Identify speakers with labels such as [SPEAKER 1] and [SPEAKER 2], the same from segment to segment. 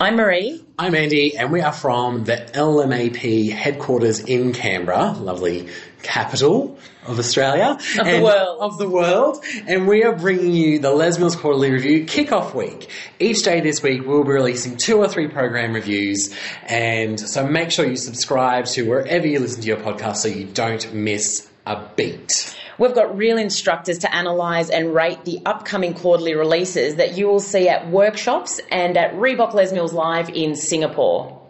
[SPEAKER 1] I'm Marie.
[SPEAKER 2] I'm Andy, and we are from the LMAP headquarters in Canberra, lovely capital of Australia.
[SPEAKER 1] Of the
[SPEAKER 2] and-
[SPEAKER 1] world.
[SPEAKER 2] Of the world. And we are bringing you the Les Mills Quarterly Review Kickoff Week. Each day this week, we'll be releasing two or three program reviews, and so make sure you subscribe to wherever you listen to your podcast so you don't miss a beat.
[SPEAKER 1] We've got real instructors to analyse and rate the upcoming quarterly releases that you will see at workshops and at Reebok Les Mills Live in Singapore.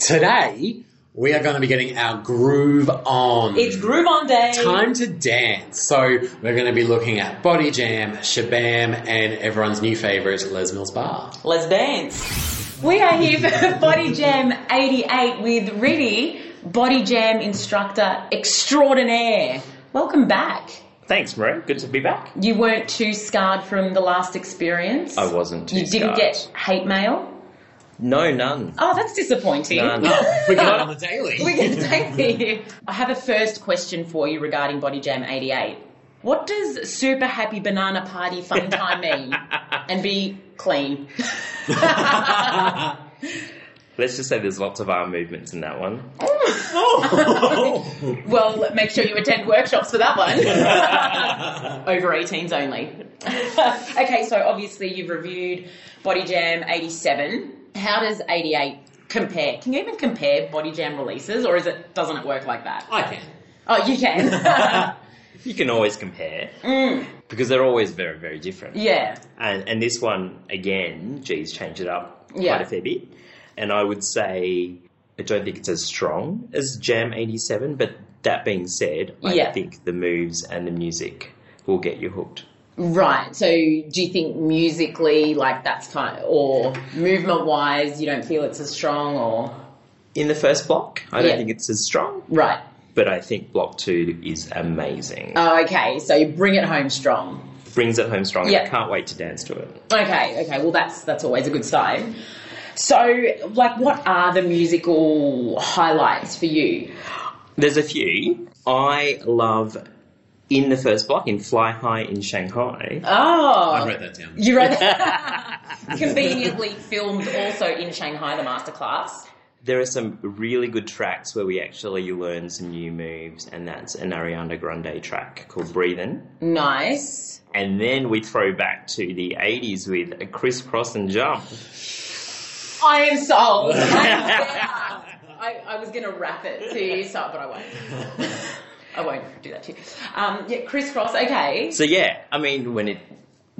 [SPEAKER 2] Today, we are going to be getting our groove on.
[SPEAKER 1] It's Groove On Day.
[SPEAKER 2] Time to dance. So we're going to be looking at Body Jam, Shabam, and everyone's new favourite, Les Mills Bar.
[SPEAKER 1] Let's dance. We are here for Body Jam 88 with Riddy, Body Jam instructor extraordinaire. Welcome back.
[SPEAKER 3] Thanks, Marie. Good to be back.
[SPEAKER 1] You weren't too scarred from the last experience.
[SPEAKER 3] I wasn't too
[SPEAKER 1] You didn't
[SPEAKER 3] scarred.
[SPEAKER 1] get hate mail.
[SPEAKER 3] No, none.
[SPEAKER 1] Oh, that's disappointing.
[SPEAKER 3] None.
[SPEAKER 2] we got it on the daily.
[SPEAKER 1] We're going to take the. I have a first question for you regarding Body Jam 88. What does super happy banana party fun time mean? and be clean.
[SPEAKER 3] Let's just say there's lots of arm movements in that one.
[SPEAKER 1] Well, make sure you attend workshops for that one. Over 18s only. okay, so obviously you've reviewed Body Jam 87. How does 88 compare? Can you even compare Body Jam releases, or is it doesn't it work like that?
[SPEAKER 2] I can.
[SPEAKER 1] Oh, you can.
[SPEAKER 3] You can always compare because they're always very, very different.
[SPEAKER 1] yeah.
[SPEAKER 3] And, and this one, again, G's changed it up
[SPEAKER 1] Yeah.
[SPEAKER 3] quite a fair bit. And I would say I don't think it's as strong as Jam 87, but that being said, I
[SPEAKER 1] Yeah.
[SPEAKER 3] think the moves and the music will get you hooked.
[SPEAKER 1] Right. So, do you think musically, like that's kind of, or movement wise, you don't feel it's as strong, or
[SPEAKER 3] In the first block, I
[SPEAKER 1] Yeah.
[SPEAKER 3] don't think it's as strong,
[SPEAKER 1] right?
[SPEAKER 3] but I think block two is amazing.
[SPEAKER 1] Oh, okay. So you bring it home strong.
[SPEAKER 3] Brings it home strong,
[SPEAKER 1] Yeah.
[SPEAKER 3] and I can't wait to dance to it.
[SPEAKER 1] Okay. Okay. Well, that's that's always a good sign. So, like, what are the musical highlights for you?
[SPEAKER 3] There's a few. I love in the first block in Fly High in Shanghai.
[SPEAKER 2] I
[SPEAKER 1] Oh,
[SPEAKER 2] wrote that down.
[SPEAKER 1] you read that. Conveniently filmed also in Shanghai, the masterclass.
[SPEAKER 3] There are some really good tracks where we actually learn some new moves, and that's an Ariana Grande track called Breathin'.
[SPEAKER 1] Nice.
[SPEAKER 3] And then we throw back to the 80s with a crisscross and jump.
[SPEAKER 1] I am sold. I, am there. I, I was going to wrap it to you, so, but I won't. I won't do that to you. Um, yeah, crisscross. Okay.
[SPEAKER 3] So, yeah, I mean, when it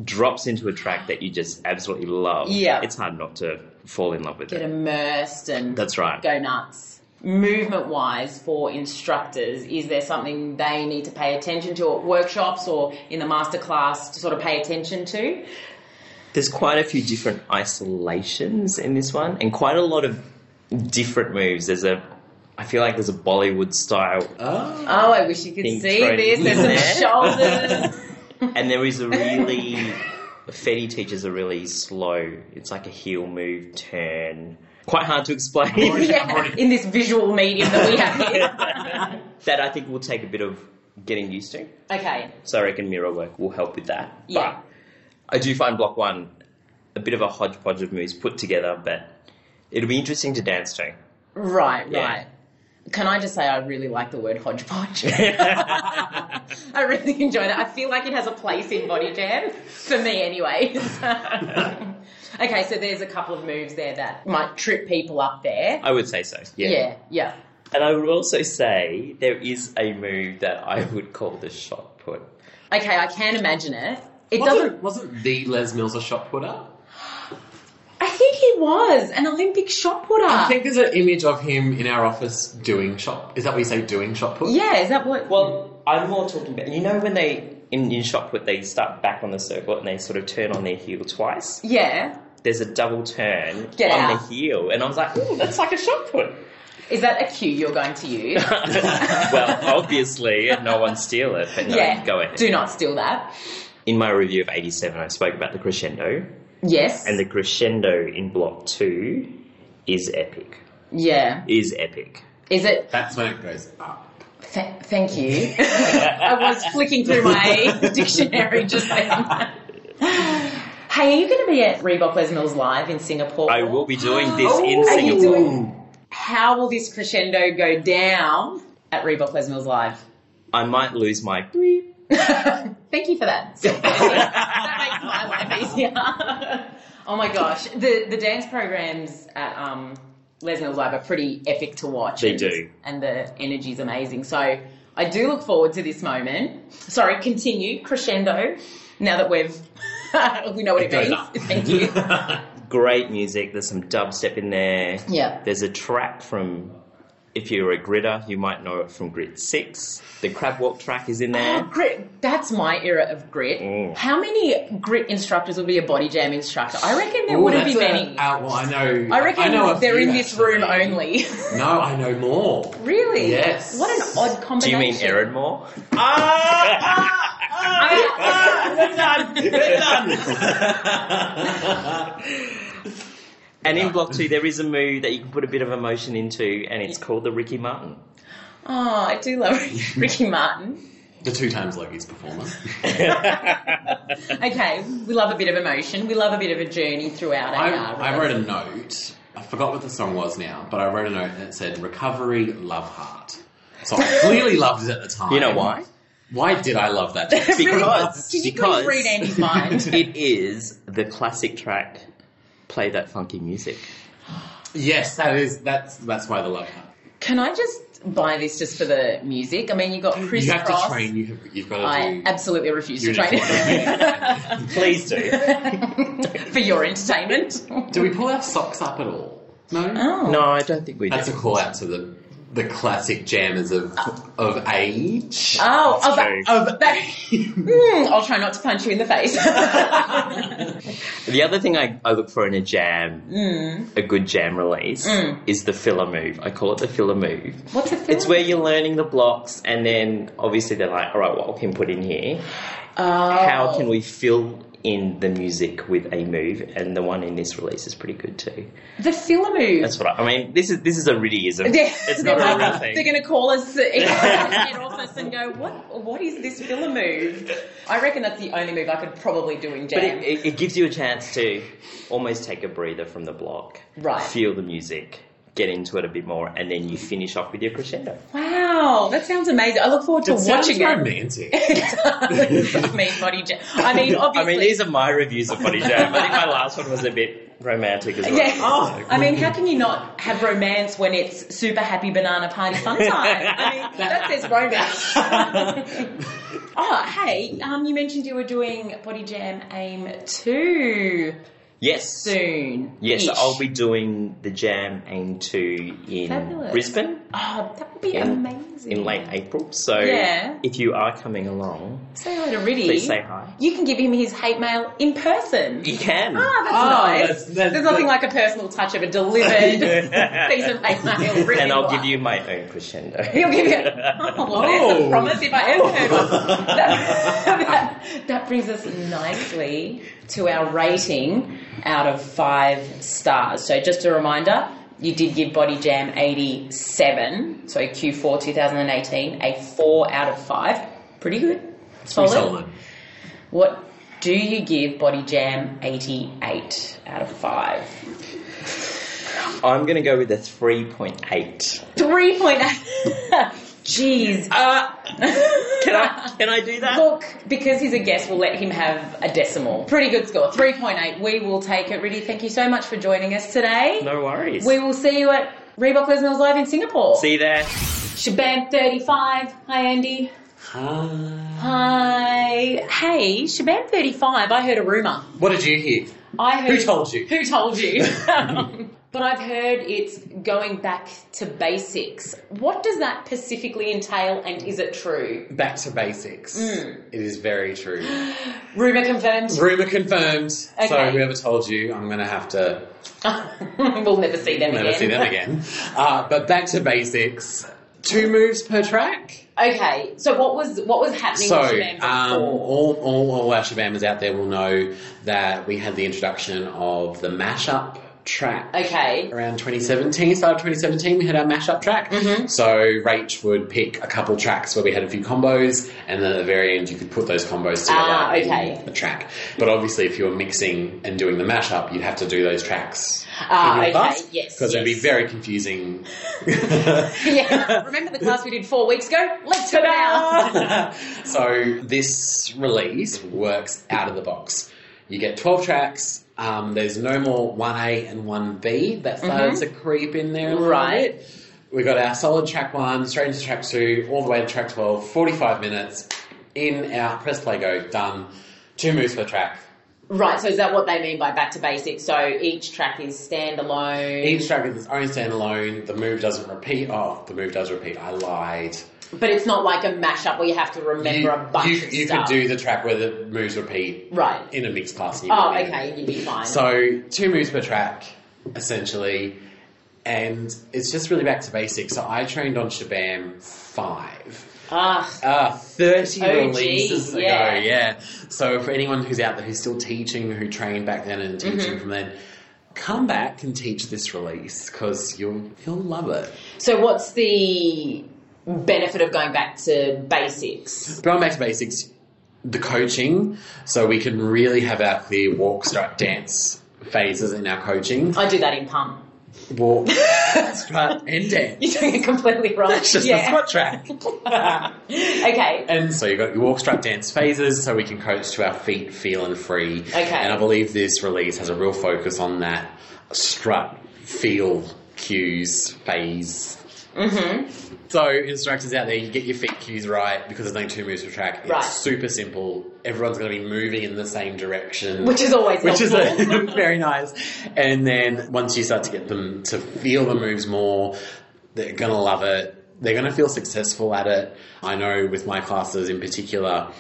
[SPEAKER 3] drops into a track that you just absolutely love,
[SPEAKER 1] Yeah.
[SPEAKER 3] it's hard not to fall in love with
[SPEAKER 1] Get
[SPEAKER 3] it.
[SPEAKER 1] immersed and
[SPEAKER 3] That's right.
[SPEAKER 1] go nuts. Movement wise, for instructors, is there something they need to pay attention to at workshops or in the masterclass to sort of pay attention to?
[SPEAKER 3] There's quite a few different isolations in this one, and quite a lot of different moves. There's a, I feel like there's a Bollywood style,
[SPEAKER 2] Oh.
[SPEAKER 1] Oh, I wish you could
[SPEAKER 3] Think
[SPEAKER 1] see
[SPEAKER 3] thrown
[SPEAKER 1] this.
[SPEAKER 3] in
[SPEAKER 1] There's some
[SPEAKER 3] there.
[SPEAKER 1] shoulders.
[SPEAKER 3] and there is a really, Fetty teaches a really slow. It's like a heel move turn. Quite hard to explain.
[SPEAKER 1] yeah, in this visual medium that we have here.
[SPEAKER 3] that I think will take a bit of getting used to.
[SPEAKER 1] okay.
[SPEAKER 3] So I reckon mirror work will help with that.
[SPEAKER 1] Yeah.
[SPEAKER 3] But I do find block one a bit of a hodgepodge of moves put together, but it'll be interesting to dance to.
[SPEAKER 1] Right,
[SPEAKER 3] Yeah.
[SPEAKER 1] right. Can I just say I really like the word hodgepodge? I really enjoy that. I feel like it has a place in Body Jam for me, anyways. okay, so there's a couple of moves there that might trip people up there.
[SPEAKER 3] I would say so.
[SPEAKER 1] Yeah, yeah.
[SPEAKER 3] And I would also say there is a move that I would call the shot put.
[SPEAKER 1] Okay, I can imagine it. It doesn't.
[SPEAKER 2] Wasn't, wasn't the Les Mills a shot putter?
[SPEAKER 1] I think he was an Olympic shot putter.
[SPEAKER 2] I think there's an image of him in our office doing shot. Is that what you say, doing shot put?
[SPEAKER 1] yeah, is that what?
[SPEAKER 3] Well, I'm more talking about you know when they in, in shot put they start back on the circle and they sort of turn on their heel twice.
[SPEAKER 1] yeah.
[SPEAKER 3] There's a double turn
[SPEAKER 1] Get
[SPEAKER 3] on
[SPEAKER 1] out.
[SPEAKER 3] the heel, and I was like, ooh, that's like a shot put.
[SPEAKER 1] Is that a cue you're going to use?
[SPEAKER 3] well, obviously, no one steal it, but no,
[SPEAKER 1] yeah.
[SPEAKER 3] go ahead.
[SPEAKER 1] Do not steal that.
[SPEAKER 3] In my review of 87, I spoke about the crescendo,
[SPEAKER 1] Yes.
[SPEAKER 3] and the crescendo in block two is epic.
[SPEAKER 1] yeah.
[SPEAKER 3] Is epic.
[SPEAKER 1] Is it
[SPEAKER 2] That's when it goes up.
[SPEAKER 1] Th- thank you. I was flicking through my dictionary just then. Hey, are you going to be at Reebok Les Mills Live in Singapore?
[SPEAKER 3] I will be doing this
[SPEAKER 1] Oh, are
[SPEAKER 3] in
[SPEAKER 1] you
[SPEAKER 3] Singapore.
[SPEAKER 1] doing- How will this crescendo go down at Reebok Les Mills Live?
[SPEAKER 3] I might lose my.
[SPEAKER 1] Thank you for that. that makes my life easier. oh my gosh, the the dance programs at um, Les Mills Live are pretty epic to watch.
[SPEAKER 3] They
[SPEAKER 1] and,
[SPEAKER 3] do.
[SPEAKER 1] and the energy's amazing. So I do look forward to this moment. Sorry, continue crescendo. Now that we've we know what it,
[SPEAKER 2] It goes
[SPEAKER 1] means.
[SPEAKER 2] up.
[SPEAKER 1] Thank you.
[SPEAKER 3] Great music. There's some dubstep in there.
[SPEAKER 1] Yeah.
[SPEAKER 3] There's a track from. If you're a gritter, you might know it from Grit Six. The crab walk track is in
[SPEAKER 1] Oh,
[SPEAKER 3] there.
[SPEAKER 1] grit. That's my era of grit.
[SPEAKER 2] Oh.
[SPEAKER 3] Mm.
[SPEAKER 1] How many grit instructors will be a body jam instructor? I reckon there
[SPEAKER 2] Ooh,
[SPEAKER 1] wouldn't
[SPEAKER 2] that's
[SPEAKER 1] be
[SPEAKER 2] a-
[SPEAKER 1] many.
[SPEAKER 2] uh, well, I know.
[SPEAKER 1] I reckon
[SPEAKER 2] know a
[SPEAKER 1] they're
[SPEAKER 2] few,
[SPEAKER 1] in this
[SPEAKER 2] actually.
[SPEAKER 1] room only.
[SPEAKER 2] No, I know more.
[SPEAKER 1] Really?
[SPEAKER 2] Yes.
[SPEAKER 1] What an odd
[SPEAKER 3] Do you
[SPEAKER 1] combination.
[SPEAKER 3] mean Erin Moore? Ah! And in block two, there is a move that you can put a bit of emotion into, and it's called the Ricky Martin.
[SPEAKER 1] Oh, I do love Ricky Martin.
[SPEAKER 2] The two times Loki's performer.
[SPEAKER 1] Okay, we love a bit of emotion. We love a bit of a journey throughout
[SPEAKER 2] I,
[SPEAKER 1] our.
[SPEAKER 2] I wrote a note. I forgot what the song was now, but I wrote a note that said "Recovery Love Heart." So I clearly loved it at the time.
[SPEAKER 3] You know why?
[SPEAKER 2] Why did I love that?
[SPEAKER 3] Because-
[SPEAKER 1] Can you
[SPEAKER 3] because-
[SPEAKER 1] please read Andy's mind?
[SPEAKER 3] It is the classic track. Play that funky music.
[SPEAKER 2] yes, that is that's that's why the love heart.
[SPEAKER 1] Can I just buy this just for the music? I mean, you got Chris
[SPEAKER 2] you have
[SPEAKER 1] Cross.
[SPEAKER 2] to train. You have, you've got to
[SPEAKER 1] I
[SPEAKER 2] do.
[SPEAKER 1] absolutely refuse to
[SPEAKER 2] You're
[SPEAKER 1] train
[SPEAKER 3] Please do.
[SPEAKER 1] for your entertainment.
[SPEAKER 2] Do we pull our socks up at all? No.
[SPEAKER 1] Oh.
[SPEAKER 3] No, I don't think we
[SPEAKER 2] That's a
[SPEAKER 3] do.
[SPEAKER 2] call out to the the classic jammers of of age.
[SPEAKER 1] Oh, of,
[SPEAKER 3] That's true.
[SPEAKER 1] of Mm, I'll try not to punch you in the face.
[SPEAKER 3] The other thing I, I look for in a jam, a good jam release, is the filler move. I call it the filler move.
[SPEAKER 1] What's a film?
[SPEAKER 3] It's where you're learning the blocks, and then obviously they're like, all right, what can we put in here? How can we fill in the music with a move? And the one in this release is pretty good too.
[SPEAKER 1] the filler move.
[SPEAKER 3] That's what I, I mean. This is this is a riddyism.
[SPEAKER 1] They're,
[SPEAKER 3] It's
[SPEAKER 1] they're
[SPEAKER 3] not a real
[SPEAKER 1] like-
[SPEAKER 3] thing.
[SPEAKER 1] they're going to call us the head office and go, "What? What is this filler move?" I reckon that's the only move I could probably do in jam.
[SPEAKER 3] But it, it, it gives you a chance to almost take a breather from the block,
[SPEAKER 1] Right.
[SPEAKER 3] Feel the music, get into it a bit more, and then you finish off with your crescendo.
[SPEAKER 1] wow, that sounds amazing. I look forward to
[SPEAKER 2] It sounds
[SPEAKER 1] watching it.
[SPEAKER 2] romantic.
[SPEAKER 1] I mean, body jam. I mean,
[SPEAKER 3] I
[SPEAKER 1] obviously.
[SPEAKER 3] mean, these are my reviews of Body Jam. I think my last one was a bit romantic as well.
[SPEAKER 1] yeah.
[SPEAKER 3] oh.
[SPEAKER 1] I mean, how can you not have romance when it's super happy banana party fun time? I mean, that says romance. oh, hey, um, you mentioned you were doing Body Jam Aim 2
[SPEAKER 3] Yes.
[SPEAKER 1] soon.
[SPEAKER 3] Yes, I'll be doing the Jam Aim 2 in
[SPEAKER 1] Fabulous.
[SPEAKER 3] Brisbane
[SPEAKER 1] Oh, that would be
[SPEAKER 3] in-
[SPEAKER 1] amazing.
[SPEAKER 3] in late April. So
[SPEAKER 1] Yeah.
[SPEAKER 3] if you are coming along,
[SPEAKER 1] Say hello to Riddy.
[SPEAKER 3] please say hi.
[SPEAKER 1] You can give him his hate mail in person.
[SPEAKER 3] You can.
[SPEAKER 1] Ah, that's
[SPEAKER 2] Oh,
[SPEAKER 1] nice.
[SPEAKER 2] that's- that's-
[SPEAKER 1] There's nothing like a personal touch of a delivered piece of hate mail. written
[SPEAKER 3] and I'll
[SPEAKER 1] by-
[SPEAKER 3] give you my own crescendo.
[SPEAKER 1] He'll give you. Oh, well, there's a
[SPEAKER 2] Oh.
[SPEAKER 1] promise if I ever heard one. That, that, that brings us nicely to our rating out of five stars. So, just a reminder, you did give Body Jam 87, so Q4 2018, a four out of five. Pretty good. Solid.
[SPEAKER 2] Solid.
[SPEAKER 1] What do you give Body Jam 88 out of five?
[SPEAKER 3] I'm going to go with a 3.8.
[SPEAKER 1] 3.8. Jeez.
[SPEAKER 3] Uh, can,
[SPEAKER 1] Ah.
[SPEAKER 3] I, can I do that?
[SPEAKER 1] Look, because he's a guest, we'll let him have a decimal. Pretty good score, 3.8. We will take it. Riddy, thank you so much for joining us today.
[SPEAKER 3] No worries.
[SPEAKER 1] We will see you at Reebok Les Mills Live in Singapore.
[SPEAKER 3] See you there.
[SPEAKER 1] Shabam 35. Hi, Andy.
[SPEAKER 2] Ah.
[SPEAKER 1] Hi. Hey, Shabam 35. I heard a rumour.
[SPEAKER 2] what did you hear?
[SPEAKER 1] I heard.
[SPEAKER 2] Who told you?
[SPEAKER 1] Who told you? but I've heard it's going back to basics. What does that specifically entail and is it true?
[SPEAKER 2] Back to basics. It is very true.
[SPEAKER 1] Rumour confirmed.
[SPEAKER 2] Rumor confirmed. So
[SPEAKER 1] Okay.
[SPEAKER 2] whoever told you, I'm going to have to
[SPEAKER 1] we'll never see them
[SPEAKER 2] never
[SPEAKER 1] again.
[SPEAKER 2] see that again. Uh, but back to basics. Two moves per track.
[SPEAKER 1] Okay, so what was what was happening?
[SPEAKER 2] So,
[SPEAKER 1] with Shabam
[SPEAKER 2] um,
[SPEAKER 1] before?
[SPEAKER 2] all, all, all our Shabammers out there will know that we had the introduction of the mashup track.
[SPEAKER 1] Okay.
[SPEAKER 2] Around 2017, start of 2017, we had our mashup track.
[SPEAKER 1] Mm-hmm.
[SPEAKER 2] So Rach would pick a couple tracks where we had a few combos, and then at the very end, you could put those combos together
[SPEAKER 1] Ah,
[SPEAKER 2] in
[SPEAKER 1] okay.
[SPEAKER 2] a track. But obviously, if you were mixing and doing the mashup, you'd have to do those tracks
[SPEAKER 1] Ah,
[SPEAKER 2] in your
[SPEAKER 1] okay,
[SPEAKER 2] class
[SPEAKER 1] yes,
[SPEAKER 2] because it'd be
[SPEAKER 1] yes.
[SPEAKER 2] very confusing.
[SPEAKER 1] yeah. Remember the class we did four weeks ago? Let's do it now.
[SPEAKER 2] so this release works out of the box. You get 12 tracks. Um, there's no more 1A and 1B. That started to creep in there a little
[SPEAKER 1] Mm-hmm. Right.
[SPEAKER 2] bit. We got our solid track one, straight into track two, all the way to track 12, 45 minutes. In, out, press play, go, done. Two moves per track.
[SPEAKER 1] Right, so is that what they mean by back to basics? So each track is standalone,
[SPEAKER 2] Each track is its own standalone. The move doesn't repeat. Oh, the move does repeat. I lied.
[SPEAKER 1] but it's not like a mashup where you have to remember
[SPEAKER 2] you,
[SPEAKER 1] a bunch
[SPEAKER 2] you,
[SPEAKER 1] of
[SPEAKER 2] you could
[SPEAKER 1] stuff.
[SPEAKER 2] do the track where the moves repeat
[SPEAKER 1] right.
[SPEAKER 2] in a mixed class. and you
[SPEAKER 1] Oh,
[SPEAKER 2] wouldn't even-
[SPEAKER 1] okay, you'd be fine.
[SPEAKER 2] So two moves per track, essentially, and it's just really back to basics. So I trained on Shabam five.
[SPEAKER 1] ah,
[SPEAKER 2] Uh, 30
[SPEAKER 1] Oh, gee,
[SPEAKER 2] releases
[SPEAKER 1] yeah.
[SPEAKER 2] ago, yeah. So for anyone who's out there who's still teaching, who trained back then and teaching
[SPEAKER 1] Mm-hmm.
[SPEAKER 2] from then, come back and teach this release because you'll you'll love it.
[SPEAKER 1] so what's the benefit of going back to basics?
[SPEAKER 2] Going back to basics, the coaching, so we can really have our clear walk, strut, dance phases in our coaching.
[SPEAKER 1] I do that in pump.
[SPEAKER 2] Walk, strut, and dance.
[SPEAKER 1] You're doing it completely wrong.
[SPEAKER 2] It's just a
[SPEAKER 1] yeah.
[SPEAKER 2] squat track.
[SPEAKER 1] okay.
[SPEAKER 2] and so you've got your walk, strut, dance phases, so we can coach to our feet, feel and free.
[SPEAKER 1] Okay.
[SPEAKER 2] And I believe this release has a real focus on that strut, feel, cues, phase. Mm-hmm. So instructors out there, you get your feet cues right because there's only two moves per track. It's
[SPEAKER 1] Right.
[SPEAKER 2] super simple. Everyone's going to be moving in the same direction
[SPEAKER 1] Which is always
[SPEAKER 2] which is
[SPEAKER 1] helpful.
[SPEAKER 2] a, very nice. And then once you start to get them to feel the moves more, they're gonna love it. They're gonna feel successful at it. I know with my classes in particular,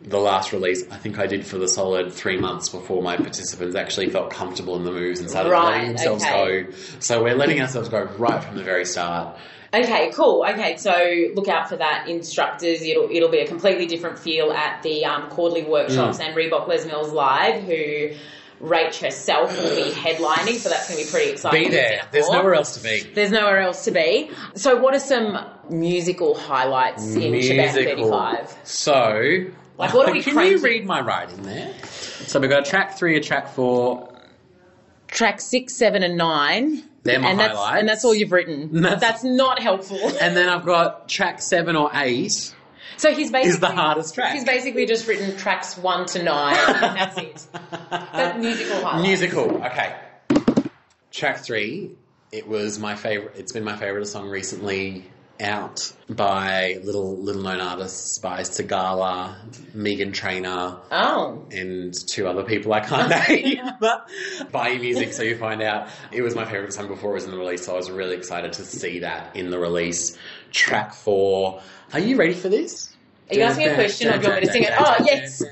[SPEAKER 2] the last release I think I did for the solid three months before my participants actually felt comfortable in the moves and started
[SPEAKER 1] Right,
[SPEAKER 2] letting themselves
[SPEAKER 1] okay.
[SPEAKER 2] go. So we're letting ourselves go right from the very start.
[SPEAKER 1] Okay, cool. Okay, so look out for that, instructors. It'll it'll be a completely different feel at the um, quarterly workshops
[SPEAKER 2] Mm.
[SPEAKER 1] and Reebok Les Mills Live, who Rach herself will be headlining, so that's going to be pretty exciting.
[SPEAKER 2] Be there. There's nowhere else to be.
[SPEAKER 1] There's nowhere else to be. So, what are some musical highlights in Shabam 35?
[SPEAKER 2] So,
[SPEAKER 1] Like, what are we
[SPEAKER 2] Can you
[SPEAKER 1] cranking?
[SPEAKER 2] read my writing there? So we've got a track three, a track four,
[SPEAKER 1] Track six, seven, and nine.
[SPEAKER 2] They're my
[SPEAKER 1] and that's,
[SPEAKER 2] highlights.
[SPEAKER 1] And that's all you've written.
[SPEAKER 2] That's-
[SPEAKER 1] that's not helpful.
[SPEAKER 2] And then I've got track seven or eight
[SPEAKER 1] So he's basically
[SPEAKER 2] is the hardest track.
[SPEAKER 1] He's basically just written tracks one to nine, and that's it. But musical highlights.
[SPEAKER 2] Musical. Okay. Track three. It was my favorite. It's been my favorite song recently. Out by little little known artists by Sagala, Megan Trainer,
[SPEAKER 1] Oh,
[SPEAKER 2] and two other people I can't name. Buy your music so you find out. It was my favourite song before it was in the release, so I was really excited to see that in the release. Track four. Are you ready for this?
[SPEAKER 1] Are you asking a question or do you want me to sing it? Oh, yes.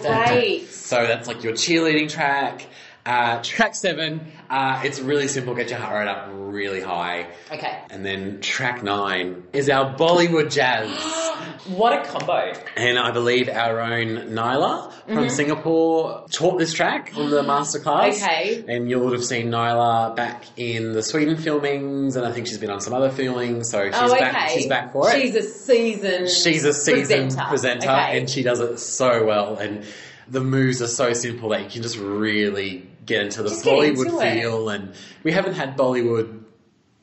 [SPEAKER 1] Great.
[SPEAKER 2] So that's like your cheerleading track. Uh, track seven, uh, it's really simple, get your heart rate up really high.
[SPEAKER 1] okay.
[SPEAKER 2] And then track nine is our Bollywood jazz.
[SPEAKER 1] What a combo. Mm-hmm.
[SPEAKER 2] And I believe our own Nyla from Singapore taught this track on the masterclass.
[SPEAKER 1] Okay.
[SPEAKER 2] And you would have seen Nyla back in the Sweden filmings, and I think she's been on some other filmings, so she's,
[SPEAKER 1] oh, okay.
[SPEAKER 2] back, she's back for it.
[SPEAKER 1] She's a seasoned.
[SPEAKER 2] She's a seasoned presenter,
[SPEAKER 1] presenter, Okay.
[SPEAKER 2] and she does it so well. And the moves are so simple that you can just really get into the
[SPEAKER 1] Just get
[SPEAKER 2] Bollywood
[SPEAKER 1] into it.
[SPEAKER 2] feel. And we haven't had Bollywood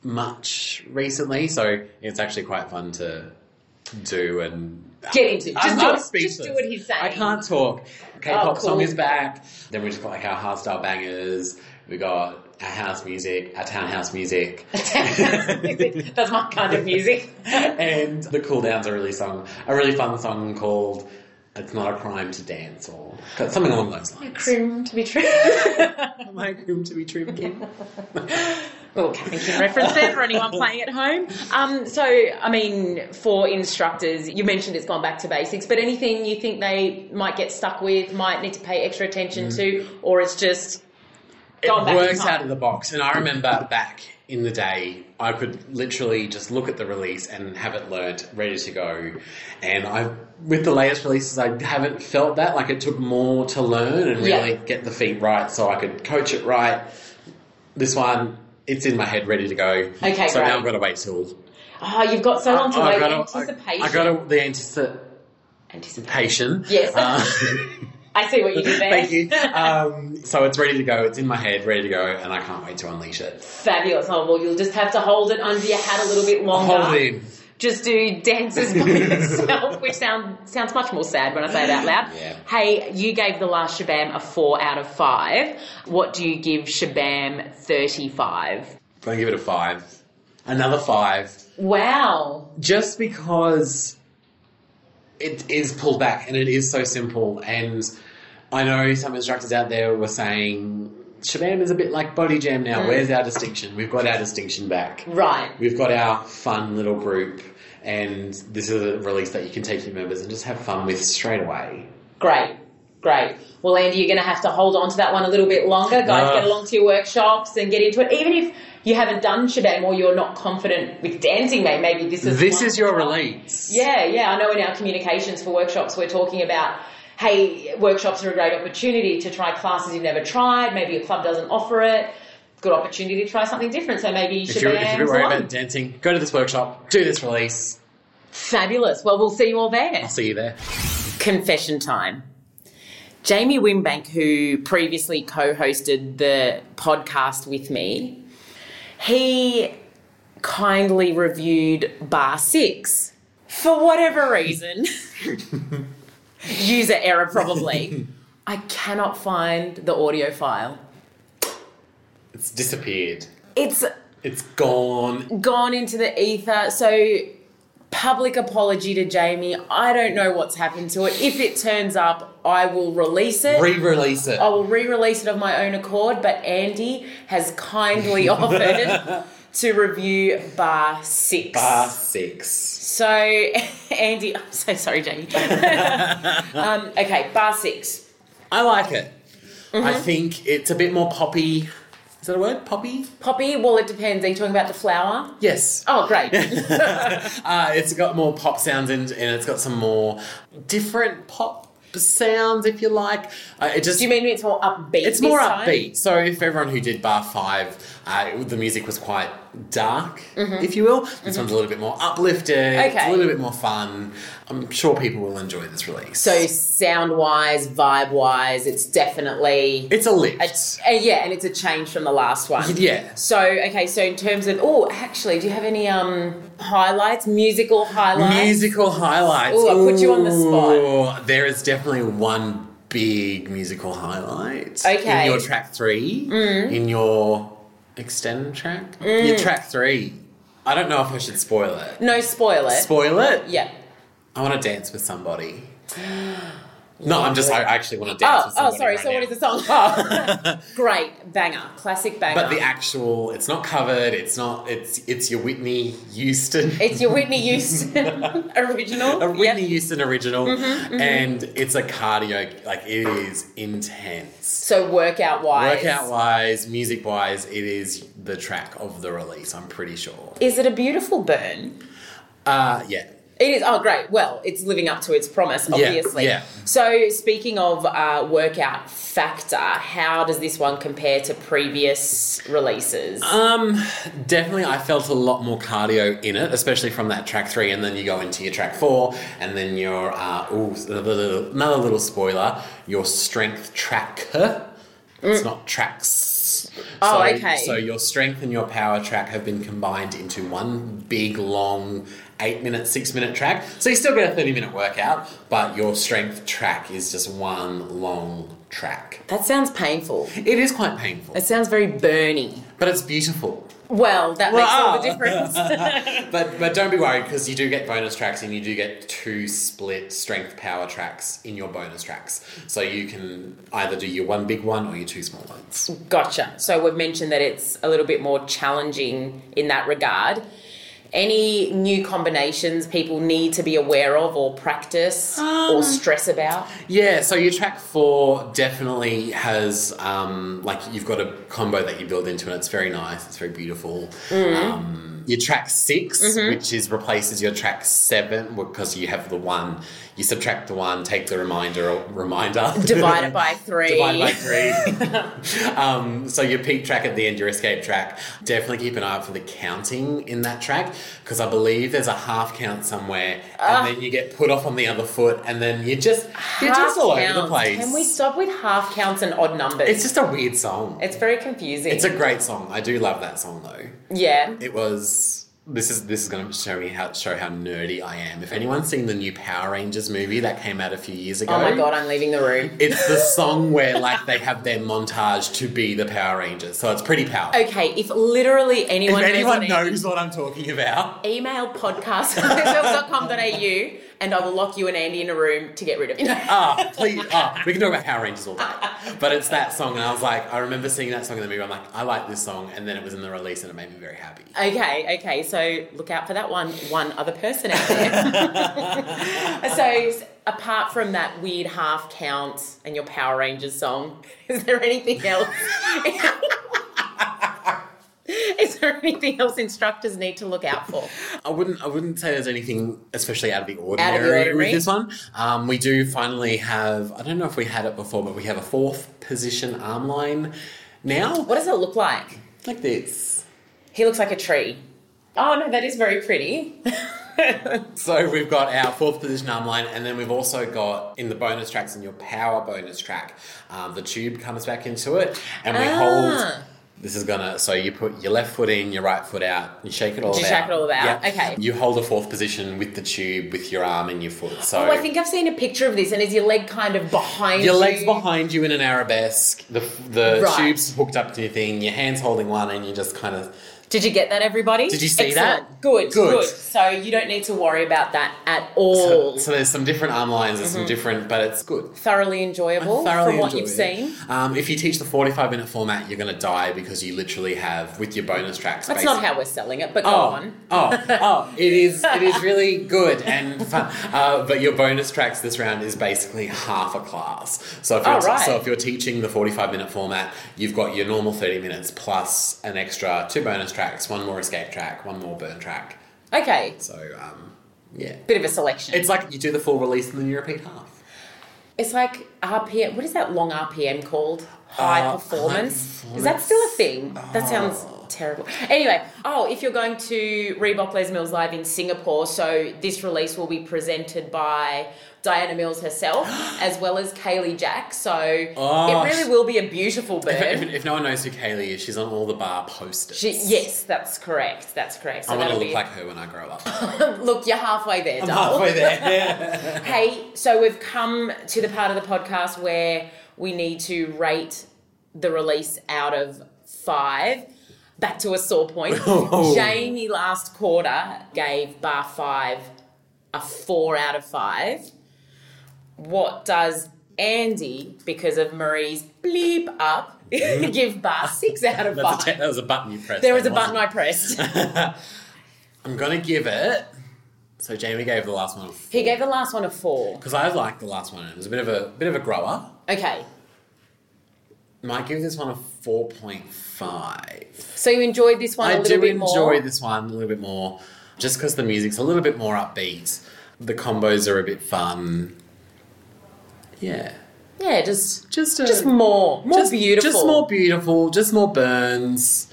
[SPEAKER 2] much recently, so it's actually quite fun to do and
[SPEAKER 1] Get into it. Just,
[SPEAKER 2] I'm
[SPEAKER 1] do,
[SPEAKER 2] not
[SPEAKER 1] it.
[SPEAKER 2] speechless.
[SPEAKER 1] just do what he's saying. Oh,
[SPEAKER 2] I can't talk. K-pop
[SPEAKER 1] cool.
[SPEAKER 2] song is back. Then we just got like our hardstyle bangers. We got our house music, our townhouse music,
[SPEAKER 1] That's my kind of music.
[SPEAKER 2] and the cool downs are really song. A really fun song called "It's Not a Crime to Dance" or something along those lines.
[SPEAKER 1] Crim to be true.
[SPEAKER 2] Am I a groom to be true again?
[SPEAKER 1] little Captain Kim Oh, reference there for anyone playing at home. Um, so, I mean, for instructors, you mentioned it's gone back to basics, but anything you think they might get stuck with, might need to pay extra attention to, or it's just Going back
[SPEAKER 2] Mm. it
[SPEAKER 1] in
[SPEAKER 2] works
[SPEAKER 1] time.
[SPEAKER 2] out of the box. And I remember back in the day, I could literally just look at the release and have it learnt, ready to go. And I, with the latest releases, I haven't felt that. Like it took more to learn and
[SPEAKER 1] Yeah.
[SPEAKER 2] really get the feet right, so I could coach it right. This one, it's in my head, ready to go.
[SPEAKER 1] Okay,
[SPEAKER 2] so
[SPEAKER 1] great.
[SPEAKER 2] now I've got to wait till.
[SPEAKER 1] Oh, you've got so long to
[SPEAKER 2] I-
[SPEAKER 1] wait.
[SPEAKER 2] I've gotta-
[SPEAKER 1] anticipation.
[SPEAKER 2] I, I got the anticipation.
[SPEAKER 1] anticipation. Yes.
[SPEAKER 2] Uh,
[SPEAKER 1] I see what you did there.
[SPEAKER 2] Thank you. Um, so it's ready to go. It's in my head, ready to go, and I can't wait to unleash it.
[SPEAKER 1] Fabulous. Oh, well, you'll just have to hold it under your hat a little bit longer.
[SPEAKER 2] Hold it in.
[SPEAKER 1] Just do dances by yourself, which sound, sounds much more sad when I say it out loud.
[SPEAKER 2] Yeah.
[SPEAKER 1] Hey, you gave The Last Shabam a 4 out of 5. What do you give Shabam 35?
[SPEAKER 2] Gonna give it a five. Another five.
[SPEAKER 1] Wow.
[SPEAKER 2] Just because it is pulled back and it is so simple. And I know some instructors out there were saying, Shabam is a bit like Body Jam now.
[SPEAKER 1] Mm.
[SPEAKER 2] Where's our distinction? We've got our distinction back.
[SPEAKER 1] Right.
[SPEAKER 2] We've got our fun little group, and this is a release that you can take your members and just have fun with straight away.
[SPEAKER 1] Great. Great. Well, Andy, you're going to have to hold on to that one a little bit longer. Guys,
[SPEAKER 2] No.
[SPEAKER 1] get along to your workshops and get into it. Even if you haven't done Shabam or you're not confident with dancing, mate, maybe this is
[SPEAKER 2] This
[SPEAKER 1] one
[SPEAKER 2] is your
[SPEAKER 1] to try.
[SPEAKER 2] release.
[SPEAKER 1] Yeah, yeah. I know in our communications for workshops, we're talking about hey, workshops are a great opportunity to try classes you've never tried. Maybe your club doesn't offer it. Good opportunity to try something different. So maybe you
[SPEAKER 2] If
[SPEAKER 1] should
[SPEAKER 2] you're, if you're worried about dancing, go to this workshop, do this release.
[SPEAKER 1] Fabulous. Well, we'll see you all there.
[SPEAKER 2] I'll see you there.
[SPEAKER 1] Confession time. Jamie Wimbank, who previously co hosted the podcast with me, he kindly reviewed Bar 6 for whatever reason. User error, probably. I cannot find the audio file.
[SPEAKER 2] It's disappeared.
[SPEAKER 1] It's
[SPEAKER 2] It's gone.
[SPEAKER 1] gone into the ether. So, public apology to Jamie. I don't know what's happened to it. If it turns up, I will release it.
[SPEAKER 2] Re-release it.
[SPEAKER 1] I will re-release it of my own accord, but Andy has kindly offered to review bar six.
[SPEAKER 2] Bar Ah, six.
[SPEAKER 1] So Andy, I'm so sorry, Jamie. um, okay, bar six.
[SPEAKER 2] I like it. I
[SPEAKER 1] Mm-hmm.
[SPEAKER 2] think it's a bit more poppy. Is that a word? Poppy?
[SPEAKER 1] Poppy, well it depends. Are you talking about the flower?
[SPEAKER 2] Yes.
[SPEAKER 1] Oh great.
[SPEAKER 2] Uh, it's got more pop sounds in, and it's got some more different pop sounds, if you like. Uh, it just
[SPEAKER 1] Do you mean it's more upbeat?
[SPEAKER 2] It's more
[SPEAKER 1] this time?
[SPEAKER 2] upbeat. So if everyone who did Bar Five, uh, the music was quite dark, if you will. This one's a little bit more uplifted. It's
[SPEAKER 1] Mm-hmm. Okay.
[SPEAKER 2] a little bit more fun. I'm sure people will enjoy this release.
[SPEAKER 1] So sound wise, vibe wise, it's definitely
[SPEAKER 2] it's a lift.
[SPEAKER 1] it's, uh, yeah, and it's a change from the last one.
[SPEAKER 2] yeah.
[SPEAKER 1] So okay, so in terms of oh, actually, do you have any um highlights, musical highlights?
[SPEAKER 2] Musical highlights.
[SPEAKER 1] Ooh, I put you on the spot.
[SPEAKER 2] spot. There is definitely one big musical highlight.
[SPEAKER 1] Okay. Mm.
[SPEAKER 2] In your track three, in your extend track, your track three. I don't know if I should spoil it.
[SPEAKER 1] No spoiler.
[SPEAKER 2] Spoil it.
[SPEAKER 1] yeah.
[SPEAKER 2] I want to dance with somebody. No, I'm just. I actually want to dance
[SPEAKER 1] Oh,
[SPEAKER 2] with
[SPEAKER 1] oh, sorry.
[SPEAKER 2] somebody. right
[SPEAKER 1] so
[SPEAKER 2] now.
[SPEAKER 1] what is the song? Oh, great banger, classic banger.
[SPEAKER 2] But the actual, it's not covered. It's not. It's it's your Whitney Houston.
[SPEAKER 1] it's your Whitney Houston original.
[SPEAKER 2] a Whitney
[SPEAKER 1] Yep.
[SPEAKER 2] Houston original,
[SPEAKER 1] Mm-hmm,
[SPEAKER 2] and it's a cardio. Like it is intense.
[SPEAKER 1] So workout wise,
[SPEAKER 2] Workout wise, music wise, it is the track of the release. I'm pretty sure.
[SPEAKER 1] is it a beautiful burn?
[SPEAKER 2] Uh, yeah.
[SPEAKER 1] It is. Oh, great. Well, it's living up to its promise, obviously.
[SPEAKER 2] yeah.
[SPEAKER 1] So, speaking of uh, workout factor, how does this one compare to previous releases?
[SPEAKER 2] Um, definitely, I felt a lot more cardio in it, especially from that track three, and then you go into your track four, and then your uh, ooh, another little spoiler, your strength tracker. It's not tracks.
[SPEAKER 1] Mm. Oh,
[SPEAKER 2] so,
[SPEAKER 1] okay.
[SPEAKER 2] So your strength and your power track have been combined into one big long eight minute, six minute track. So you still get a thirty minute workout, but your strength track is just one long track.
[SPEAKER 1] that sounds painful.
[SPEAKER 2] It is quite painful,
[SPEAKER 1] It sounds very burny.
[SPEAKER 2] but it's beautiful.
[SPEAKER 1] Well, that makes all the difference.
[SPEAKER 2] But but don't be worried because you do get bonus tracks and you do get two split strength power tracks in your bonus tracks. So you can either do your one big one or your two small ones.
[SPEAKER 1] gotcha. So we've mentioned that it's a little bit more challenging in that regard. any new combinations people need to be aware of or practice or stress about?
[SPEAKER 2] Yeah, so your track four definitely has um, like you've got a combo that you build into, and it's very nice. It's very beautiful. Um, your track 6 which is replaces your track seven because you have the one. You subtract the one, take the reminder or reminder,
[SPEAKER 1] Divide it by three.
[SPEAKER 2] Divide by three. um, so your peak track at the end, your escape track. Definitely keep an eye out for the counting in that track because I believe there's a half count somewhere, and then you get put off on the other foot, and then you just you're just
[SPEAKER 1] Ah. Half
[SPEAKER 2] all over the
[SPEAKER 1] counts.
[SPEAKER 2] place.
[SPEAKER 1] Can we stop with half counts and odd numbers?
[SPEAKER 2] It's just a weird song.
[SPEAKER 1] It's very confusing.
[SPEAKER 2] It's a great song. I do love that song though.
[SPEAKER 1] yeah.
[SPEAKER 2] It was. This is this is going to show me how show how nerdy I am. If anyone's seen the new Power Rangers movie that came out a few years ago,
[SPEAKER 1] Oh my god, I'm leaving the room.
[SPEAKER 2] it's the song where like they have their montage to be the Power Rangers, so it's pretty powerful.
[SPEAKER 1] Okay, if literally
[SPEAKER 2] If
[SPEAKER 1] anyone
[SPEAKER 2] anyone
[SPEAKER 1] knows, what it
[SPEAKER 2] knows what I'm talking about,
[SPEAKER 1] email podcast.com.au and I will lock you and Andy in a room to get rid of you.
[SPEAKER 2] ah, please, ah, we can talk about Power Rangers all day. But it's that song, and I was like, I remember seeing that song in the movie. I'm like, I like this song, and then it was in the release, and it made me very happy.
[SPEAKER 1] Okay, okay. So look out for that one one other person out there. so s- apart from that weird half count and your Power Rangers song, is there anything else? is there anything else instructors need to look out for?
[SPEAKER 2] I wouldn't. I wouldn't say there's anything especially out of the ordinary,
[SPEAKER 1] Out of the ordinary.
[SPEAKER 2] with this one. Um, we do finally have. I don't know if we had it before, but we have a fourth position arm line now,
[SPEAKER 1] What does it look like?
[SPEAKER 2] like this.
[SPEAKER 1] He looks like a tree. Oh no, that is very pretty.
[SPEAKER 2] So we've got our fourth position arm line, and then we've also got in the bonus tracks in your power bonus track, um, the tube comes back into it, and we
[SPEAKER 1] Ah.
[SPEAKER 2] hold. This is gonna. So you put your left foot in, your right foot out, you shake it all.
[SPEAKER 1] You
[SPEAKER 2] about.
[SPEAKER 1] shake it all about, okay.
[SPEAKER 2] You hold a fourth position with the tube, with your arm and your foot. So
[SPEAKER 1] Oh, I think I've seen a picture of this, and is your leg kind of behind
[SPEAKER 2] Your
[SPEAKER 1] you?
[SPEAKER 2] legs behind you in an arabesque. The the
[SPEAKER 1] Right.
[SPEAKER 2] tubes hooked up to your thing. Your hands holding one, and you just kind of.
[SPEAKER 1] Did you get that, everybody?
[SPEAKER 2] Did you see
[SPEAKER 1] Excellent.
[SPEAKER 2] that?
[SPEAKER 1] Good,
[SPEAKER 2] Good.
[SPEAKER 1] good, So you don't need to worry about that at
[SPEAKER 2] So,
[SPEAKER 1] all.
[SPEAKER 2] so there's some different arm lines. There's
[SPEAKER 1] Mm-hmm.
[SPEAKER 2] some different, but it's good.
[SPEAKER 1] thoroughly enjoyable
[SPEAKER 2] Oh, Thoroughly
[SPEAKER 1] from what
[SPEAKER 2] enjoy
[SPEAKER 1] you've
[SPEAKER 2] it.
[SPEAKER 1] seen.
[SPEAKER 2] Um, if you teach the 45 minute format, you're going to die because you literally have with your bonus tracks.
[SPEAKER 1] That's not how we're selling it, but go
[SPEAKER 2] Oh,
[SPEAKER 1] on.
[SPEAKER 2] oh, oh! It is. It is really good and fun. Uh, but your bonus tracks this round is basically half a class. So if you're,
[SPEAKER 1] Oh, right.
[SPEAKER 2] so if you're teaching the forty-five minute format, you've got your normal thirty minutes plus an extra two bonus tracks, one more escape track, one more burn track.
[SPEAKER 1] Okay,
[SPEAKER 2] So um, yeah,
[SPEAKER 1] bit of a selection.
[SPEAKER 2] it's like you do the full release and then you repeat half.
[SPEAKER 1] It's like RPM. What is that long RPM called? High
[SPEAKER 2] Uh,
[SPEAKER 1] performance.
[SPEAKER 2] high
[SPEAKER 1] Is that still a thing? That sounds terrible. Anyway, oh, if you're going to Reebok Les Mills Live in Singapore, so this release will be presented by Diana Mills herself, as well as Kaylee Jack. So
[SPEAKER 2] Oh.
[SPEAKER 1] it really will be a beautiful
[SPEAKER 2] If,
[SPEAKER 1] bird.
[SPEAKER 2] if, if no one knows who Kaylee is, she's on all the bar posters.
[SPEAKER 1] She, yes, that's correct. That's correct. So
[SPEAKER 2] I want to
[SPEAKER 1] that'll
[SPEAKER 2] look
[SPEAKER 1] be
[SPEAKER 2] like her when I grow up. Oh,
[SPEAKER 1] look. You're halfway there, darling.
[SPEAKER 2] Halfway there.
[SPEAKER 1] Hey, so we've come to the part of the podcast where we need to rate the release out of five. Back to a sore point.
[SPEAKER 2] Oh.
[SPEAKER 1] Jamie last quarter gave Bar Five a four out of five. What does Andy, because of Marie's bleep up, give Bar Six out of
[SPEAKER 2] Mm. That's a
[SPEAKER 1] five?
[SPEAKER 2] te- that was a button you pressed.
[SPEAKER 1] There was
[SPEAKER 2] then,
[SPEAKER 1] a button
[SPEAKER 2] wasn't
[SPEAKER 1] I pressed.
[SPEAKER 2] I'm gonna give it. So Jamie gave the last one
[SPEAKER 1] He gave the last one a four.
[SPEAKER 2] because I liked the last one. It was a bit of a bit of a grower.
[SPEAKER 1] Okay,
[SPEAKER 2] Might give this one a four point five.
[SPEAKER 1] so you enjoyed this one a
[SPEAKER 2] I
[SPEAKER 1] little
[SPEAKER 2] do
[SPEAKER 1] bit
[SPEAKER 2] enjoy
[SPEAKER 1] more.
[SPEAKER 2] this one a little bit more, just because the music's a little bit more upbeat. The combos are a bit fun. Yeah,
[SPEAKER 1] yeah, just
[SPEAKER 2] just a,
[SPEAKER 1] Just more, more
[SPEAKER 2] just-
[SPEAKER 1] beautiful,
[SPEAKER 2] just more beautiful, just more burns.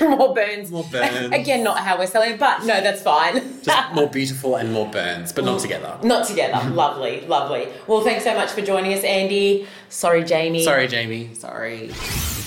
[SPEAKER 1] more burns,
[SPEAKER 2] More burns.
[SPEAKER 1] Again, not how we're selling, it, but no, that's fine.
[SPEAKER 2] Just more beautiful and more burns, but not together.
[SPEAKER 1] not together. lovely, lovely. Well, thanks so much for joining us, Andy. Sorry, Jamie.
[SPEAKER 2] Sorry, Jamie. Sorry.